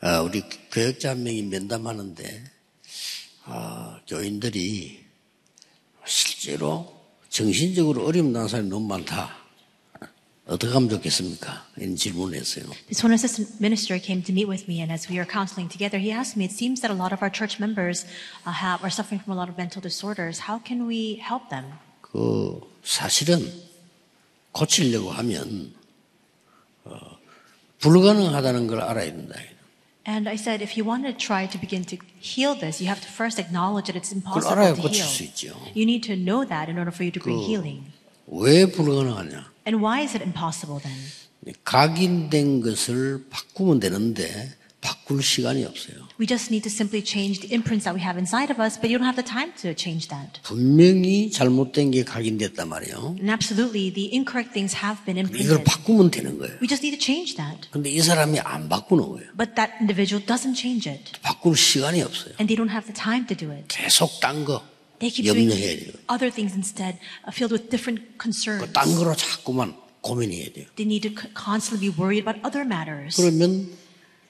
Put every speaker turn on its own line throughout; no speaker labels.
아, 우리 교역자 한 명이 면담하는데 아, 교인들이 실제로 정신적으로 어려움 난 사람이 너무 많다. 어떻게 하면 좋겠습니까? 이런 질문을 했어요.
This one assistant minister came to meet with me, and as we were counseling together, he asked me, It seems that a lot of our church members uh, have, are suffering from a lot of mental disorders. How can we help them?
그 사실은 고치려고 하면 어, 불가능하다는 걸 알아야 된다.
And I said, If you want to try to begin to heal this, you have to first acknowledge that it's impossible
알아야
to
고칠 수
heal.
있죠.
You need to know that in order for you to bring healing.
왜 불가능하냐?
And why is it impossible then?
각인된 것을 바꾸면 되는데 바꿀 시간이 없어요.
We just need to simply change the imprints that we have inside of us, but you don't have the time to change that.
분명히 잘못된 게 각인됐단 말이에요.
And absolutely, the incorrect things have been
이걸
imprinted.
바꾸면 되는 거예요.
We just need to change that.
근데 이 사람이 안 바꾸는 거예요.
But that individual doesn't change it,
바꿀 시간이 없어요.
and they don't have the time to do it.
계속 딴 거,
They keep
염려해야 돼요. 그
doing other things instead, uh, filled with different concerns.
딴 거로 자꾸만 고민해야 돼요.
They need to c- constantly be worried about other matters.
그러면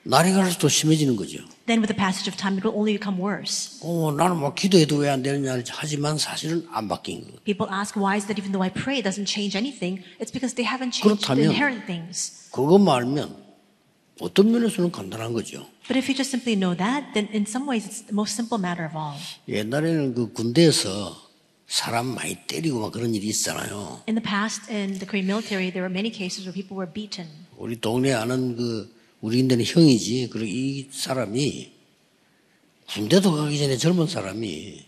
날이 갈수록 더 심해지는 거죠.
Then, with the passage of time, it will only become worse.
어, 나는 뭐 기도해도 왜 안 되느냐 하지만 사실은 안 바뀐 거예요.
People ask, why is that even though I pray, it doesn't change anything? It's because they haven't changed the
그렇다면-
inherent things.
그것만 알면 어떤 면에서는 간단한 거죠.
But if you just simply know that, then in some ways, it's the most simple matter of all.
옛날에는 그 군대에서 사람 많이 때리고 막 그런 일이 있잖아요.
In the past, in the Korean military, there were many cases where people were beaten.
우리 동네 아는 그 우리인데는 형이지. 그리고 이 사람이 군대도 가기 전에 젊은 사람이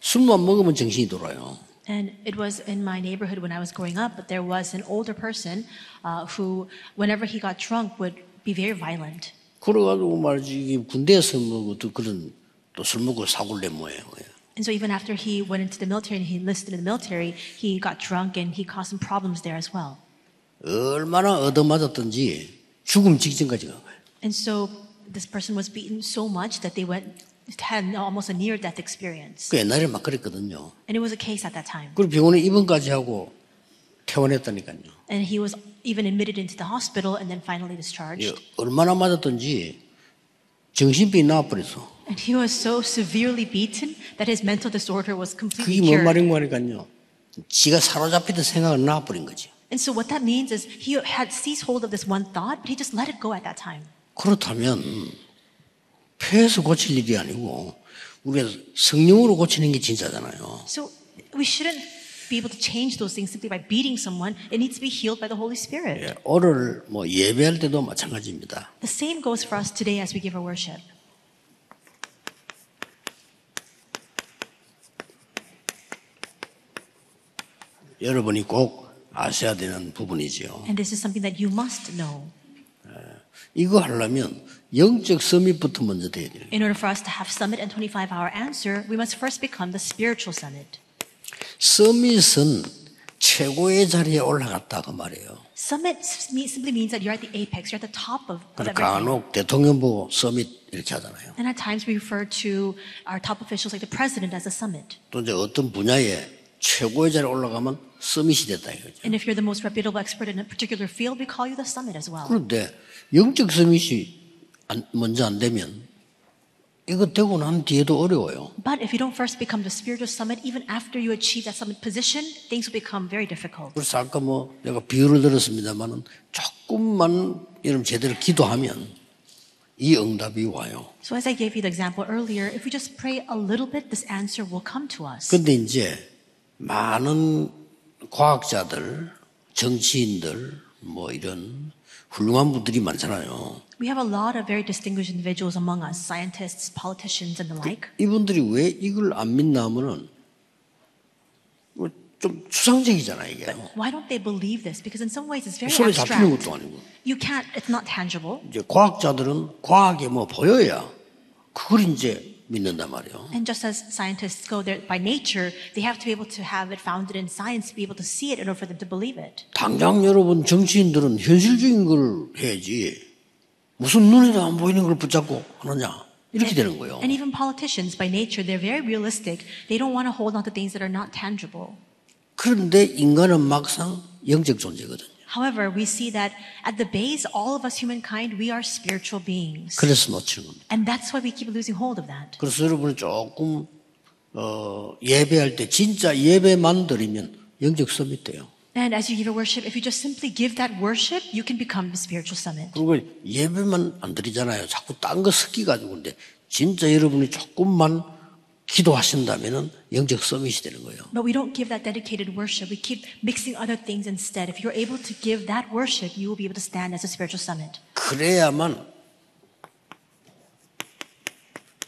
술만 먹으면 정신이 돌아요.
And it was in my neighborhood when I was growing up, but there was an older person uh, who, whenever he got drunk, would be very violent.
그래가지고 말이지 이게 군대에서 먹고 또 그런 또 술 먹고 사골래 뭐예요.
And so, even after he went into the military and he enlisted in the military, he got drunk and he caused some problems there as well.
얼마나 얻어맞았던지 죽음 직전까지 간 거예요.
And so, this person was beaten so much that they went had almost a near-death experience.
그 옛날에 막 그랬거든요.
And it was a case at that time.
그리고 병원에 입원까지 하고 퇴원했다니까요.
And he was even admitted into the hospital and then finally
예,
discharged.
얼마나 맞았던지 정신병이 나와버렸어.
And he was so severely beaten that his mental disorder was completely
그게 뭔
cured.
말인가 하니까요. 지가 사로잡히던 생각은 나와버린 거지.
And so what that means is he had seized hold of this one thought, but he just let it go at that time.
그렇다면 폐에서 고칠 일이 아니고 우리가 성령으로 고치는 게 진짜잖아요.
So we shouldn't be able to change those things simply by beating someone. It needs to be healed by the Holy Spirit.
예, 오늘 뭐 예배할 때도 마찬가지입니다.
The same goes for us today as we give our worship.
여러분이 꼭 아셔야 되는 부분이지요.
And this is something that you must know.
이거 하려면 영적 서밋부터 먼저 돼야 돼요.
In order for us to have summit and 25 hour answer, we must first become the spiritual summit.
서밋은 최고의 자리에 올라갔다 그 말이에요.
Summit s- mean- simply means that you're at the apex, you're at the top of, of
그러니까
everything.
간혹 대통령 보고 서밋 이렇게 하잖아요.
And at times we refer to our top officials like the president as a summit.
또 이제 어떤 분야에 최고의 자리에 올라가면 서밋이 됐다 이거죠.
And if you're the most reputable expert in a particular field, we call you the summit as well.
그런데 영적 서밋이 안- 먼저 안 되면 이거 되고 난 뒤에도 어려워요.
But if you don't first become the spiritual summit, even after you achieve that summit position, things will become very difficult.
그래서 아까 뭐 내가 비유를 들었습니다만은 조금만 여러분 제대로 기도하면 이 응답이 와요.
So, as I gave you the example earlier, if we just pray a little bit, this answer will come to us.
근데 이제 많은 과학자들, 정치인들, 뭐 이런 훌륭한 분들이 많잖아요.
We have a lot of very distinguished individuals among us scientists, politicians, and the like.
이분들이 왜 이걸 안 믿나 하면은 뭐좀 추상적이잖아 이게.
Why don't they believe this? Because in some ways it's very
손에 잡히는
abstract.
것도 아니고.
You can't, it's not tangible.
이제 과학자들은 과학에 뭐 보여야 그걸 이제 믿는단 말이에요.
And just as scientists go there by nature, they have to be able to have it founded in science to be able to see it in order for them to believe it.
당장 여러분 정치인들은 현실적인 걸 해야지 무슨 눈에도 안 보이는 걸 붙잡고 하느냐 이렇게 되는 거예요.
And even politicians, by nature, they're very realistic. They don't want to hold on to things that are not tangible.
그런데 인간은 막상 영적 존재거든요.
However, we see that at the base, all of us humankind, we are spiritual beings.
그래서 놓치는 겁니다.
And that's why we keep losing hold of that.
그래서 여러분은 조금 어, 예배할 때 진짜 예배만 드리면 영적 섬이 돼요.
And as you give your worship, if you just simply give that worship, you can become the spiritual summit.
그리고 예배만 안 드리잖아요. 자꾸 딴 거 섞여가지고 근데 진짜 여러분이 조금만 기도하신다면은 영적 서밋이 되는 거예요.
But we don't give that dedicated worship. We keep mixing other things instead. If you're able to give that worship, you will be able to stand as a spiritual summit.
그래야만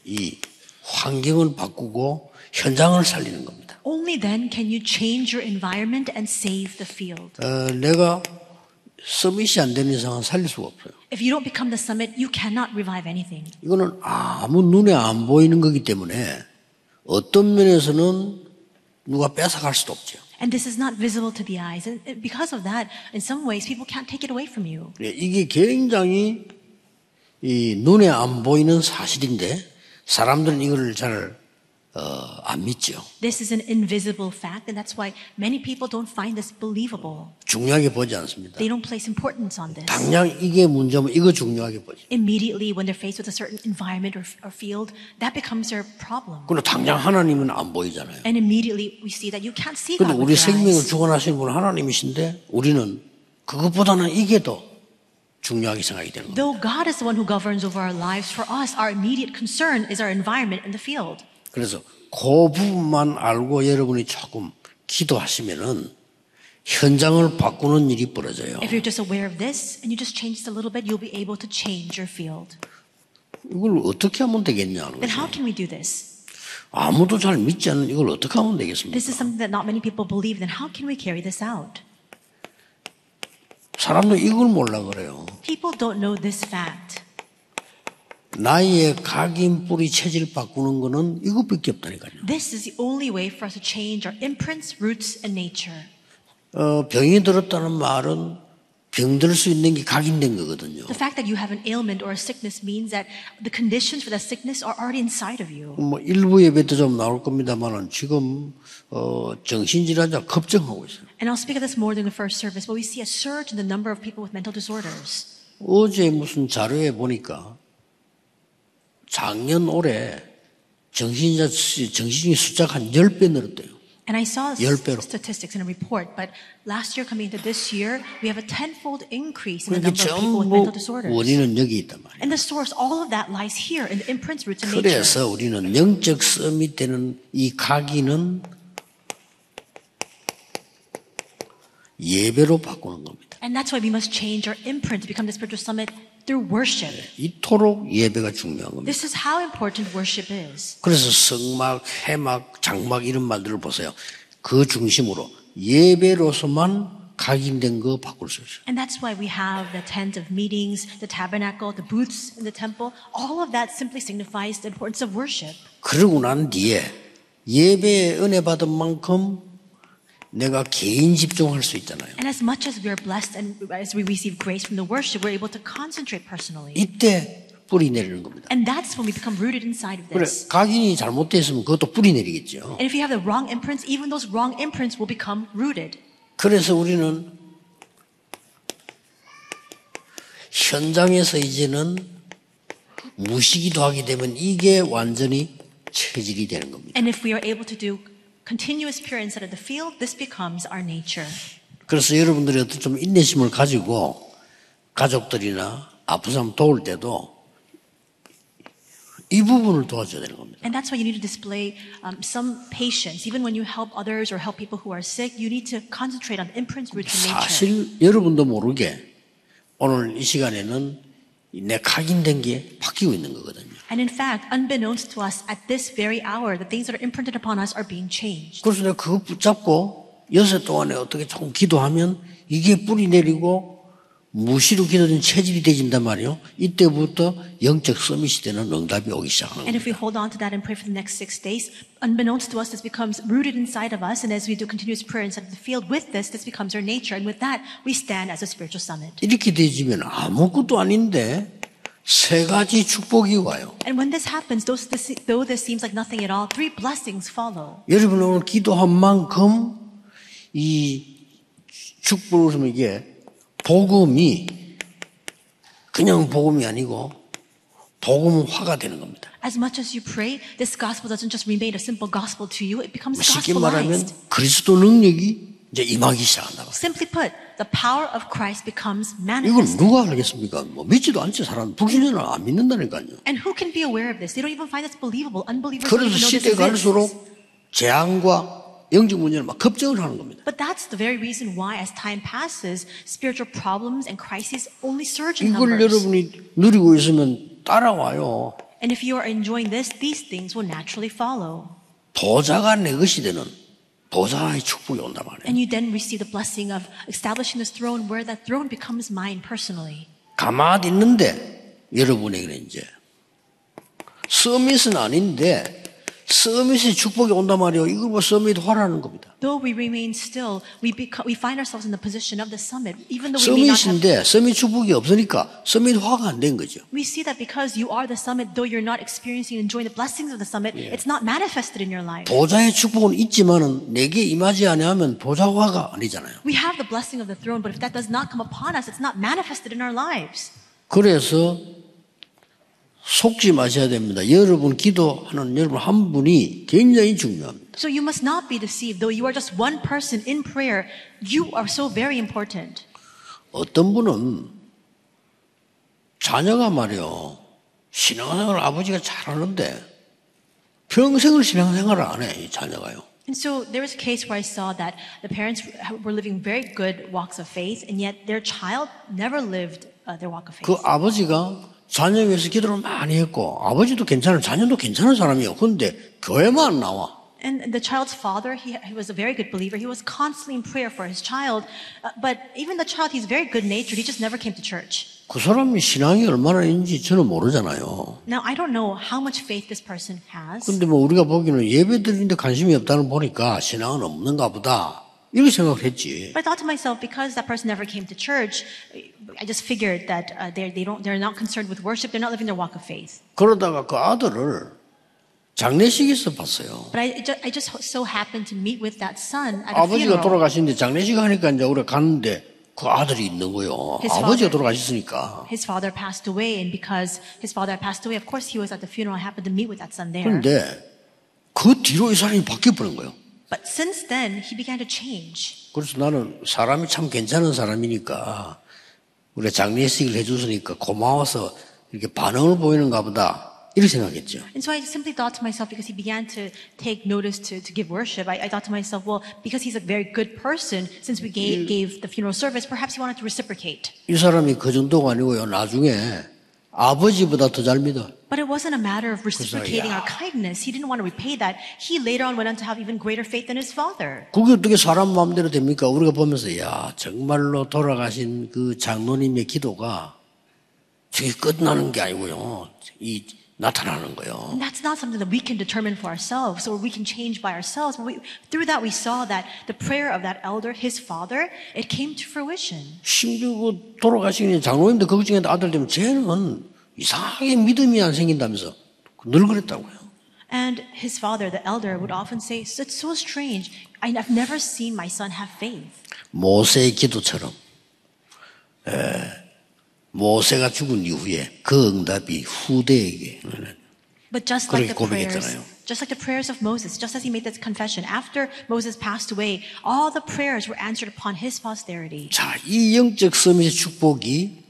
이 환경을 바꾸고 현장을 살리는 겁니다.
Only then can you change your environment and save the field.
어, 내가 서밋이 안 되는 이상은 살릴 수가 없어요.
If you don't become the summit, you cannot revive anything.
이거는 아무 눈에 안 보이는 거기 때문에 어떤 면에서는 누가 뺏어갈 수도 없죠.
And this is not visible to the eyes. And and because of that, in some ways, people can't take it away from you.
예, 이게 굉장히 이 눈에 안 보이는 사실인데 사람들은 이걸 잘 어, 안 믿죠.
This is an invisible fact, and that's why many people don't find this believable.
중요하게 보지 않습니다.
They don't place importance on this.
당장 이게 문제면 이거 중요하게 보죠.
Immediately, when they're faced with a certain environment or, or field, that becomes their problem.
그리고 당장 하나님은 안 보이잖아요.
And immediately, we see that you can't see
근데
God
우리
with your
생명을
eyes.
주관하시는 분은 하나님이신데 우리는 그것보다는 이게 더 중요하게 생각이 되는 거예요.
Though God is the one who governs over our lives, for us, our immediate concern is our environment and the field.
그래서 그 부분만 알고 여러분이 조금 기도하시면은 현장을 바꾸는 일이 벌어져요.
If you're just aware of this and you just change it a little bit, you'll be able to change your field.
이걸 어떻게 하면 되겠냐 하는
Then
거죠.
how can we do this?
아무도 잘 믿지 않는 이걸 어떻게 하면 되겠습니까?
This is something that not many people believe. Then how can we carry this out?
사람도 이걸 몰라 그래요.
People don't know this fact.
나의 각인 뿌리 체질 바꾸는 거는 이것밖에 없다니까요.
This is the only way for us to change our imprints, roots, and nature.
어, 병이 들었다는 말은 병들 수 있는 게 각인된 거거든요.
The fact that you have an ailment or a sickness means that the conditions for that sickness are already inside of you.
뭐 일부 예배도 좀 나올 겁니다만은 지금 어, 정신질환자 급증하고 있어요.
And I'll speak of this more during the first service, but we see a surge in the number of people with mental disorders.
어제 무슨 자료에 보니까 작년 올해 정신자 정신이 숫자가 한 10배 늘었대요.
And I saw
열 배로.
statistics in a report, but last year coming into this year, we have a tenfold increase in the
그러니까
number of people with
전부
mental disorders.
원인은 여기 있단 말이에요.
And the source, all of that lies here in the imprints, roots, and nature.
그래서 우리는 영적 썸이 되는 이 각인은 예배로 바꾸는 겁니다.
And that's why we must change our imprint to become the spiritual summit through worship.
이토록 예배가 중요한 겁니다.
This is how important worship is.
그래서 성막, 해막, 장막 이런 말들을 보세요. 그 중심으로 예배로서만 각인된 거 바꿀 수 있어요.
And that's why we have the tent of meetings, the tabernacle, the booths in the temple. All of that simply signifies the importance of worship.
그러고 난 뒤에 예배에 은혜 받은 만큼 내가 개인 집중할 수 있잖아요.
And as much as we are blessed and as we receive grace from the worship, we're able to concentrate personally.
이때 뿌리 내리는 겁니다.
And that's when we become rooted inside of
그래,
this.
각인이 잘못되어 있으면 그것도 뿌리 내리겠죠.
And if you have the wrong imprints, even those wrong imprints will become rooted.
그래서 우리는 현장에서 이제는 무시기도 하게 되면 이게 완전히 체질이 되는 겁니다.
And if we are able to do continuous prayer inside of the field, this becomes our nature.
그래서 여러분들이 어떤 좀 인내심을 가지고 가족들이나 아픈 사람 도울 때도 이 부분을 도와줘야 되는 겁니다.
And that's why you need to display um, some patience. Even when you help others or help people who are sick, you need to concentrate on imprints, roots, and nature.
사실 여러분도 모르게 오늘 이 시간에는 내 각인된 게 바뀌고 있는 거거든요.
And in fact, unbeknownst to us, at this very hour, the things that are imprinted upon us are being changed.
그래서 내가 그거 붙잡고 여섯 동안에 어떻게 조금 기도하면 이게 뿌리 내리고 무시로 기도된 체질이 되진단 말이요. 이때부터 영적 서밋이 되는 응답이 오기 시작하는 거예요.
And if we hold on to that and pray for the next six days, unbeknownst to us, this becomes rooted inside of us. And as we do continuous prayer inside of the field with this, this becomes our nature. And with that, we stand as a spiritual summit.
이렇게 되지면 아무것도 아닌데 세 가지 축복이 와요.
And when this happens, those, this, though this seems like nothing at all, three blessings follow.
여러분 오늘 기도한 만큼 이 축복을 좀 이게 복음이 그냥 복음이 아니고 복음화가 되는 겁니다.
As much as you pray, this gospel doesn't just remain a simple gospel to you, it becomes
뭐 쉽게 말하면
gospelized.
그리스도 능력이 이제 임하기 시작한다고.
Simply put, the power of Christ becomes
이걸
manifest.
누가 알겠습니까? 뭐 믿지도 않지 사람 북신을 안 믿는다니까요.
And who can be aware of this? They don't even find this believable. Unbelievers don't
그래서
even know this
시대
exists.
갈수록 재앙과 영적 문제는 막 급증을 하는 겁니다.
But that's the very reason why, as time passes, spiritual problems and crises only surge in
이걸
numbers.
여러분이 누리고 있으면 따라와요.
And if you are enjoying this, these things will naturally follow.
보좌가 내 것이 되는 보좌의 축복이 온단 말이에요.
And you then receive the blessing of establishing this throne where that throne becomes mine personally.
가만히 있는데 여러분에게는 이제 서밋은 아닌데 서밋의 축복이 온단 말이에요. 이걸 뭐 서밋화라는 겁니다.
Though we remain still, we, become, we find ourselves in the position of the summit, even though we may not
서밋인데
have.
서밋 축복이 없으니까 서밋화가 안 된 거죠.
We see that because you are the summit, though you're not experiencing and enjoying the blessings of the summit, it's not manifested in your life.
보좌의 축복은 있지만은 내게 임하지 않으면 보좌화가 아니잖아요.
We have the blessing of the throne, but if that does not come upon us, it's not manifested in our lives.
그래서 속지 마셔야 됩니다. 여러분 기도하는 여러분 한 분이 굉장히 중요합니다.
So you must not be deceived. Though you are just one person in prayer, you are so very important.
어떤 분은 자녀가 말이요 신앙생활 아버지가 잘하는데 평생을 신앙생활을 안 해 이 자녀가요.
And so there was a case where I saw that the parents were living very good walks of faith, and yet their child never lived uh, their walk of faith.
그 아버지가 자녀 위해서 기도를 많이 했고 아버지도 괜찮은 자녀도 괜찮은 사람이에요. 근데 교회만 안 나와.
And the child's father, he, he was a very good believer. He was constantly in prayer for his child. Uh, but even the child, he's very good natured. He just never came to church.
그 사람이 신앙이 얼마나 있는지 저는 모르잖아요.
Now, I don't know how much faith this person has.
근데 뭐 우리가 보기에는 예배 드리는데 관심이 없다는 거 보니까 신앙은 없는가 보다. 이렇게 생각을 했지.
But I thought to myself, because that person never came to church, I just figured that uh, they're, they don't, they're not concerned with worship. They're not living their walk of faith.
그러다가 그 아들을 장례식에서 봤어요.
But I, it ju- I just so happened to meet with that son at a
아버지가
funeral.
돌아가시는데 장례식 하니까 이제 우리가 갔는데 그 아들이 있는 거요.
His
아버지가
father.
돌아가셨으니까.
His father passed away, and because his father had passed away, of course he was at the funeral. I happened to meet with that son there.
그런데 그 뒤로 이 사람이 바뀌어 버린 거예요.
But since then, he began to change.
그래서 나는 사람이 참 괜찮은 사람이니까 우리가 장례식을 해줬으니까 고마워서 이렇게 반응을 보이는가 보다. 이렇게 생각했죠.
And so I simply thought to myself, because he began to take notice to, to give worship, I, I thought to myself, well, because he's a very good person, since we gave, gave the funeral service, perhaps he wanted to reciprocate.
이 사람이 그 정도가 아니고요. 나중에 아버지보다 더 잘 믿어.
But it wasn't a matter of reciprocating our kindness. He didn't want to repay that. He later on went on to have even greater faith than his father.
그게 어떻게 사람 마음대로 됩니까? 우리가 보면서 야 정말로 돌아가신 그 장로님의 기도가 저게 끝나는 게 아니고요. 이 나타나는 거예요.
And that's not something that we can determine for ourselves or we can change by ourselves. But we, through that, we saw that the prayer of that elder, his father, it came to fruition.
심지어 그 돌아가신 장로님도 그 중에 아들 되면 쟤는 이상하게 믿음이 안 생긴다면서 늘 그랬다고요.
And his father, the elder, would often say, It's so strange. I- I've never seen my son have faith.
모세의 기도처럼 에, 모세가 죽은 이후에 그 응답이 후대에게
But just
그렇게
like the prayers,
고백했잖아요.
just like the prayers of Moses, just as he made this confession, after Moses passed away, all the prayers were answered upon his posterity.
자, 이 영적 서밋의 축복이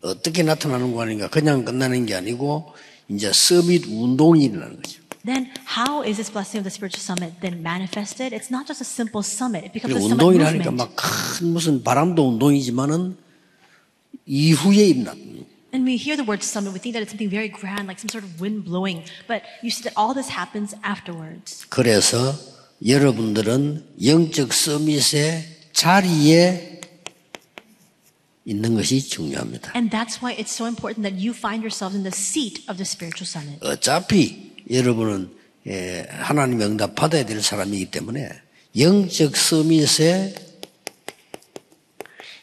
어떻게 나타나는 거 아닌가? 그냥 끝나는 게 아니고 이제 서밋 운동이 일어나는 거죠.
Then, how is this blessing of the spiritual summit then manifested? It's not just a simple summit; it becomes
그리고
a summit
운동이라니까
movement.
막 큰 무슨 바람도 운동이지만은 이후에 일어나.
And we hear the word summit, we think that it's something very grand, like some sort of wind blowing. But you see that all this happens afterwards.
그래서 여러분들은 영적 서밋의 자리에 있는 것이 중요합니다.
And that's why it's so important that you find yourselves in the seat of the spiritual summit.
어차피 여러분은 예, 하나님의 응답 받아야 될 사람이기 때문에 영적 서밋의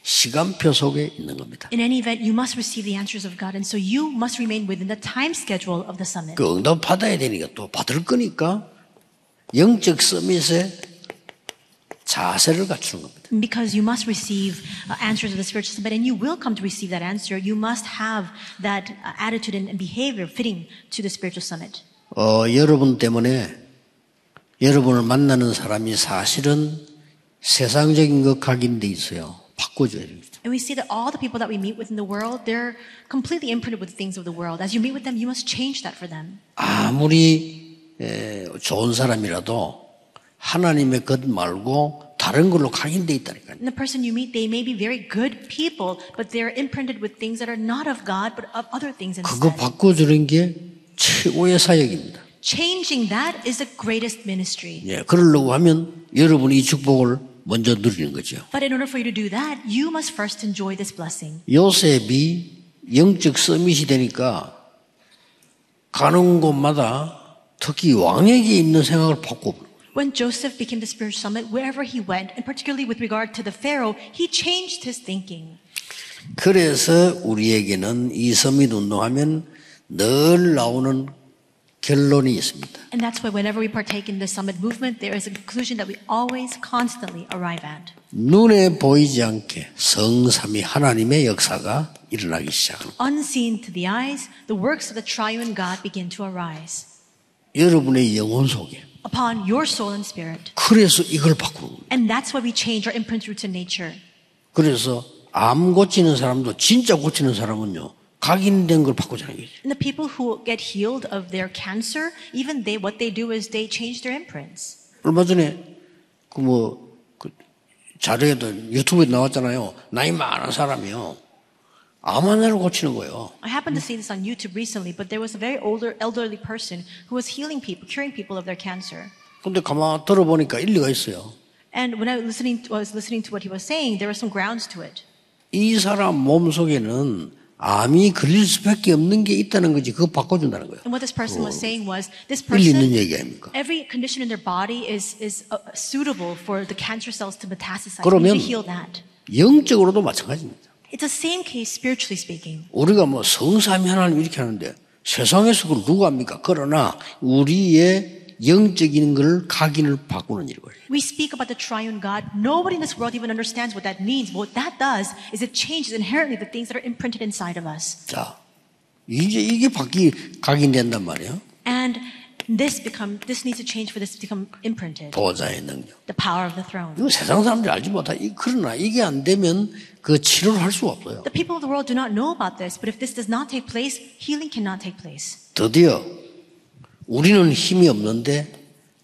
시간표 속에 있는 겁니다.
In any event, you must receive the answers of God, and so you must remain within the time schedule of the summit.
그 응답 받아야 되니까 또 받을 거니까 영적 서밋의 자세를 갖추는 겁니다.
Because you must receive uh, answers of the spiritual summit, and you will come to receive that answer. You must have that uh, attitude and behavior fitting to the spiritual summit.
어, 여러분 때문에 여러분을 만나는 사람이 사실은 세상적인 것 각인돼 있어요. 바꿔줘야 됩니다.
And we see that all the people that we meet with in the world, they're completely imprinted with the things of the world. As you meet with them, you must change that for them.
아무리 에, 좋은 사람이라도 하나님의 것 말고 다른 걸로 각인돼 있다니까요.
And the person you meet, they may be very good people, but they're imprinted with things that are not of God, but of other things
그거
instead.
바꿔주는 게 최고의 사역입니다.
Changing that is the greatest ministry.
예, 그러려고 하면 여러분이 이 축복을 먼저 누리는 거죠.
But in order for you to do that, you must first enjoy this blessing.
요셉이 영적 서밋이 되니까 가는 곳마다 특히 왕에게 있는 생각을 바꿔버려.
When Joseph became the spiritual summit, wherever he went, and particularly with regard to the Pharaoh, he changed his thinking.
그래서 우리에게는 이 서밋 운동하면 늘 나오는 결론이 있습니다.
And that's why whenever we partake in the summit movement, there is a conclusion that we always constantly arrive at.
눈에 보이지 않게 성삼위 하나님의 역사가 일어나기 시작합니다.
Unseen to the eyes, the works of the triune God begin to arise
여러분의 영혼 속에.
upon your soul and spirit.
그래서 이걸 바꾸는 거예요.
And that's why we change our imprint through to nature.
그래서 암 고치는 사람도 진짜 고치는 사람은요. 각인된 걸 바꾸자는 거죠.
And the people who get healed of their cancer, even they, what they do is they change their imprints.
얼마 전에 그 뭐 그 자료에도 유튜브에 나왔잖아요. 나이 많은 사람이요. 암 하나를 고치는 거예요.
I happened to see this on YouTube recently, but there was a very older, elderly person who was healing people, curing people of their cancer.
근데 가만 들어보니까 일리가 있어요.
And when I was listening to, was listening to what he was saying, there were some grounds to it.
이 사람 몸 속에는 암이 걸릴 수밖에 없는 게 있다는 거지. 그거 바꿔준다는 거예요.
And what this person was saying was, this
일리 있는
person,
얘기 아닙니까?
every condition in their body is, is uh, suitable for the cancer cells to metastasize. We
그러면-
need to heal that.
영적으로도 마찬가지입니다.
It's the same case spiritually speaking.
우리가 뭐 성삼위 하나님 이렇게 하는데 세상에서 그걸 누가 합니까? 그러나 우리의 영적인 걸 각인을 바꾸는 일이에요.
We speak about the triune God. Nobody in this world even understands what that means. But what that does is it changes inherently the things that are imprinted inside of us.
자, 이제 이게 바뀌 각인된단 말이에요.
And this become this needs to change for this to become imprinted.
보좌의 능력.
The power of the throne.
이거 세상 사람들이 알지 못하. 이- 그러나 이게 안 되면 그 치료를 할 수가 없어요.
The people of the world do not know about this, but if this does not take place, healing cannot take place.
드디어 우리는 힘이 없는데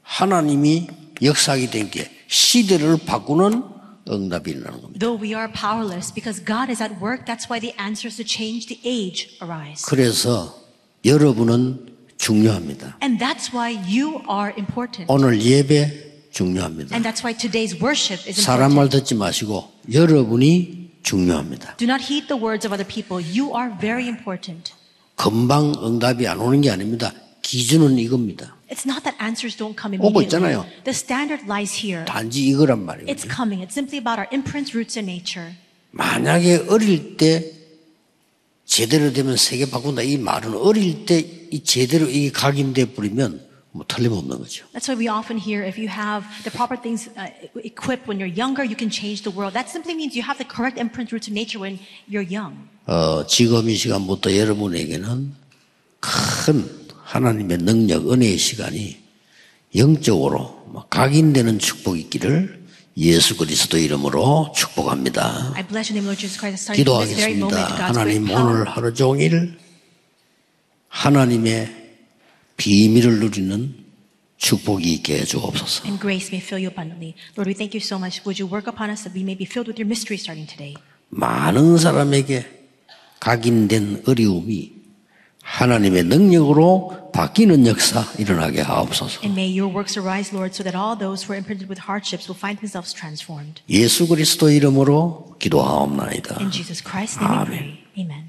하나님이 역사하게 된 게 시대를 바꾸는 응답이 일어나는 겁니다.
Though we are powerless because God is at work, that's why the answers to change the age arise.
그래서 여러분은 중요합니다.
And that's why you are important.
오늘 예배 중요합니다.
And that's why today's worship is
사람
important.
말 듣지 마시고 여러분이 중요합니다.
Do not heed the words of other people. You are very important.
금방 응답이 안 오는 게 아닙니다. 기준은 이겁니다.
It's not that answers don't come
오고
immediately.
있잖아요.
The standard lies here.
단지 이거란 말이에요.
It's coming. It's simply about our imprints, roots, and nature.
만약에 어릴 때 제대로 되면 세계 바꾼다 이 말은 어릴 때 이 제대로 이 각인돼 버리면 뭐 틀림없는 거죠.
That's why we often hear if you have the proper things uh, equipped when you're younger, you can change the world. That simply means you have the correct imprint, roots, and nature when you're young.
어, 지금 이 시간부터 여러분에게는 큰 하나님의 능력 은혜의 시간이 영적으로 막 각인되는 축복이 있기를 예수 그리스도 이름으로 축복합니다.
I bless your name, Lord Jesus Christ. Starting from this very
기도하겠습니다.
moment, God's great
하나님
power.
오늘 하루 종일 하나님의 비밀을 누리는 축복이 있게 해주옵소서.
And grace may fill you abundantly. Lord, we thank you so much. Would you work upon us that we may be filled with your mystery starting today?
많은 사람에게 각인된 어려움이 하나님의 능력으로 바뀌는 역사 일어나게 하옵소서.
And may your works arise, Lord, so that all those who are imprinted with hardships will find themselves transformed.
예수 그리스도 이름으로 기도하옵나이다.
In Jesus Christ's name
Amen.
we pray. Amen.